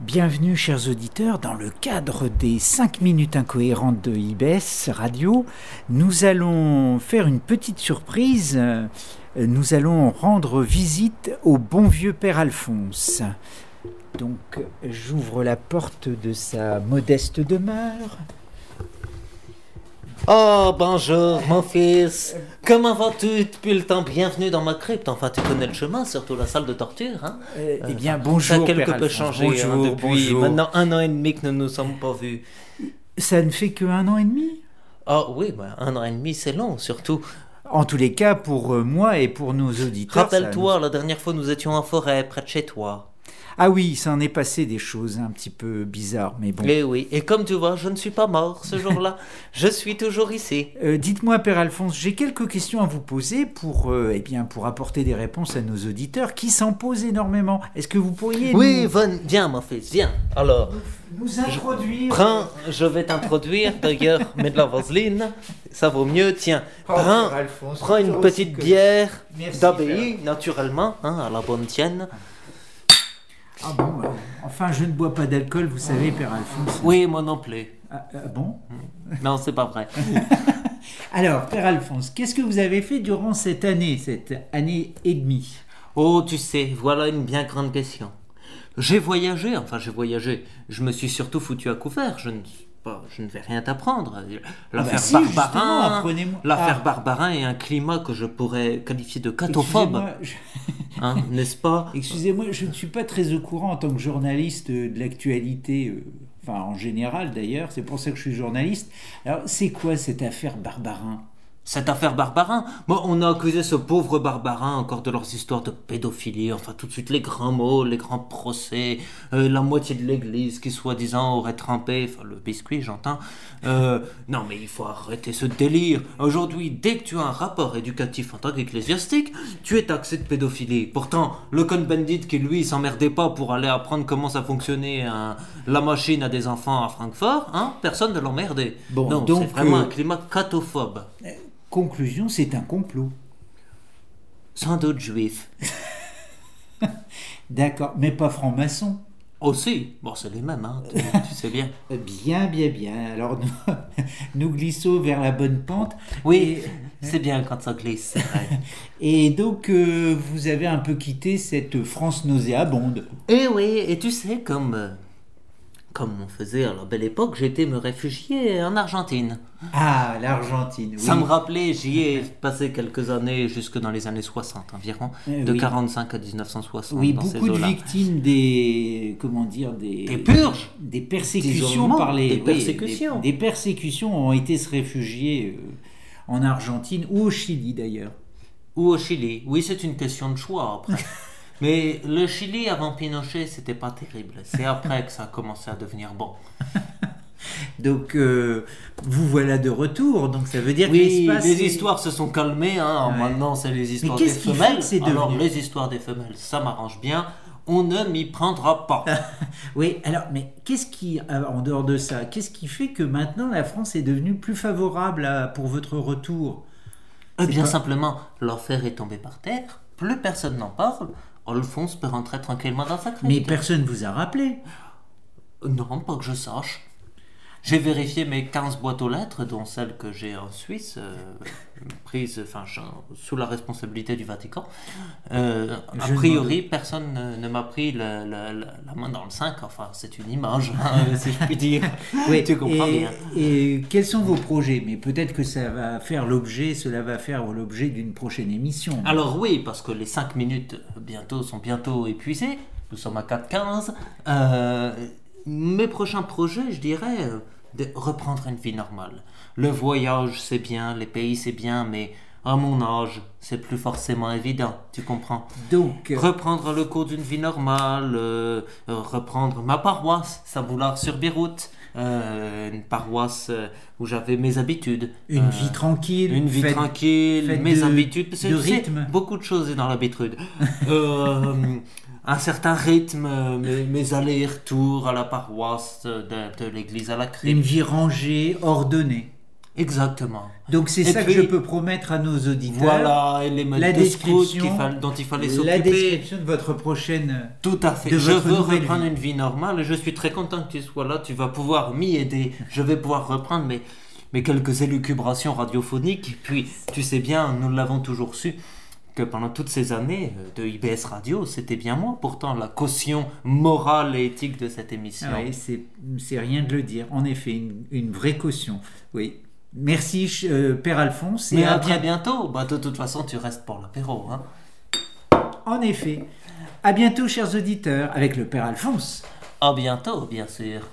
Bienvenue, chers auditeurs, dans le cadre des 5 minutes incohérentes de IBS Radio. Nous allons faire une petite surprise. Nous allons rendre visite au bon vieux Père Alphonse. Donc, j'ouvre la porte de sa modeste demeure. Oh, bonjour, mon fils. Comment vas-tu depuis le temps Bienvenue dans ma crypte. Enfin, tu connais le chemin, surtout la salle de torture. Hein Euh, eh bien, Ça a bonjour, quelque Père peu Alphonse. changé hein, Bonjour, depuis bonjour. maintenant un an et demi que nous ne nous sommes pas vus. Ça ne fait que un an et demi Oh oui, mais un an et demi, c'est long, surtout. En tous les cas, pour euh, moi et pour nos auditeurs. ça nous- Rappelle-toi, la dernière fois, nous étions en forêt, près de chez toi. Ah oui, il s'en est passé des choses un petit peu bizarres, mais bon. Eh oui, et comme tu vois, je ne suis pas mort ce jour-là. je suis toujours ici. Euh, Dites-moi, Père Alphonse, j'ai quelques questions à vous poser pour, euh, eh bien, pour apporter des réponses à nos auditeurs qui s'en posent énormément. Est-ce que vous pourriez Oui, ven- viens, mon fils, viens. Alors, nous, nous introduire Prends, je vais t'introduire d'ailleurs, mets de la vaseline, ça vaut mieux, tiens. Oh, Prends, Père Alphonse, prends une toujours aussi petite que- bière Merci, d'abbaye, naturellement, hein, à la bonne tienne. Ah bon, euh, enfin, je ne bois pas d'alcool, vous savez, Père Alphonse. Oui, moi non plus. Ah, ah, bon Non, c'est pas vrai. Alors, Père Alphonse, qu'est-ce que vous avez fait durant cette année, cette année et demie Oh, tu sais, voilà une bien grande question. J'ai voyagé, enfin j'ai voyagé, je me suis surtout foutu à couvert, je ne, pas- je ne vais rien t'apprendre. L'affaire Ah bah si, justement, Barbarin, apprenez-moi. l'affaire Ah. Barbarin est un climat que je pourrais qualifier de catophobe, Excusez-moi, je- hein, n'est-ce pas Excusez-moi, je ne suis pas très au courant en tant que journaliste euh, de l'actualité, euh, enfin en général d'ailleurs, c'est pour ça que je suis journaliste. Alors, c'est quoi cette affaire Barbarin Cette affaire Barbarin, moi on a accusé ce pauvre Barbarin encore de leurs histoires de pédophilie, enfin tout de suite les grands mots, les grands procès, euh, la moitié de l'église qui soi-disant aurait trempé, enfin le biscuit j'entends. Euh, non mais il faut arrêter ce délire. Aujourd'hui, dès que tu as un rapport éducatif en tant qu'ecclésiastique, tu es taxé de pédophilie. Pourtant, le con-bandit qui lui s'emmerdait pas pour aller apprendre comment ça fonctionnait hein, la machine à des enfants à Francfort, hein, personne ne l'emmerdait. Bon, non, donc, c'est vraiment euh, un climat catophobe. Conclusion, c'est un complot. Sans doute juif. D'accord, mais pas franc-maçon. Aussi, bon, c'est les mêmes, hein, tu, tu sais bien. Euh, Bien, bien, bien. Alors, nous, nous glissons vers la bonne pente. Oui, c'est bien quand ça glisse, c'est vrai. Et, et donc, euh, vous avez un peu quitté cette France nauséabonde. Eh oui, et tu sais, comme, euh, comme on faisait à la belle époque, j'étais me réfugier en Argentine. Ah, l'Argentine. oui. Ça me rappelait, j'y ai passé quelques années, jusque dans les années 60 environ, Eh de oui. 45 à 1960, Oui, dans ces beaucoup de eaux-là. victimes des comment dire des Des purges. des persécutions D'isolement, par les des oui, persécutions. des, des persécutions ont été se réfugier euh, en Argentine ou au Chili d'ailleurs. Ou au Chili. Oui, c'est une question de choix après. Mais le Chili avant Pinochet, c'était pas terrible. C'est après que ça a commencé à devenir bon. Donc euh, vous voilà de retour. Donc ça veut dire que Oui, l'espace les est- histoires se sont calmées. Hein. Ouais. Maintenant, c'est les histoires qu'est-ce qui des fait femelles. que c'est Alors, devenu les histoires des femelles, ça m'arrange bien. On ne m'y prendra pas. Ah, Oui. Alors mais qu'est-ce qui alors, en dehors de ça, qu'est-ce qui fait que maintenant la France est devenue plus favorable à- pour votre retour Eh C'est bien pas- simplement, l'enfer est tombé par terre. Plus personne n'en parle. Alphonse peut rentrer tranquillement dans sa crypte. Mais personne vous a rappelé. Non, pas que je sache. J'ai vérifié mes 15 boîtes aux lettres, dont celle que j'ai en Suisse, euh, prise enfin, j'en- sous la responsabilité du Vatican. Euh, a Je priori, personne ne, ne m'a pris le- le- le- la main dans le 5, enfin, c'est une image, hein, si je puis dire. Oui, Ah, tu comprends et, bien. et quels sont vos projets Mais peut-être que ça va faire l'objet, cela va faire l'objet d'une prochaine émission. Alors oui, parce que les 5 minutes bientôt sont bientôt épuisées. Nous sommes à 4.15. Euh, mes prochains projets, je dirais, euh, de reprendre une vie normale. Le voyage, c'est bien, les pays, c'est bien, mais à mon âge, c'est plus forcément évident, tu comprends Donc, euh, Reprendre le cours d'une vie normale, euh, euh, reprendre ma paroisse, Saint-Boulard-sur-Biroute, euh, une paroisse euh, où j'avais mes habitudes. une Euh, vie tranquille. une vie faites- tranquille, faites mes de- habitudes, parce que de tu sais, rythme. beaucoup de choses est dans l'habitude. Euh, un certain rythme, euh, mes, mes allers-retours à la paroisse, euh, de, de l'église à la Une crypte. vie rangée, ordonnée. Exactement. Donc c'est Et ça puis- que je peux promettre à nos auditeurs. Voilà, et les la modes de scout description- qu'il fallait- dont il fallait La s'occuper. description de votre prochaine. Tout à fait. de Je votre veux nouvelle reprendre vie. une vie normale et je suis très content que tu sois là. Tu vas pouvoir m'y aider. Je vais pouvoir reprendre mes, mes quelques élucubrations radiophoniques. Puis, tu sais bien, nous l'avons toujours su que pendant toutes ces années euh, de IBS Radio, c'était bien moi pourtant la caution morale et éthique de cette émission. Ah ouais, c'est c'est rien de le dire. En effet, une, une vraie caution. Oui. Merci, ch- euh, Père Alphonse. Et Mais à à très bien- bientôt. Bah, de toute façon, tu restes pour l'apéro. Hein. En effet. À bientôt, chers auditeurs, avec le Père Alphonse. À bientôt, bien sûr.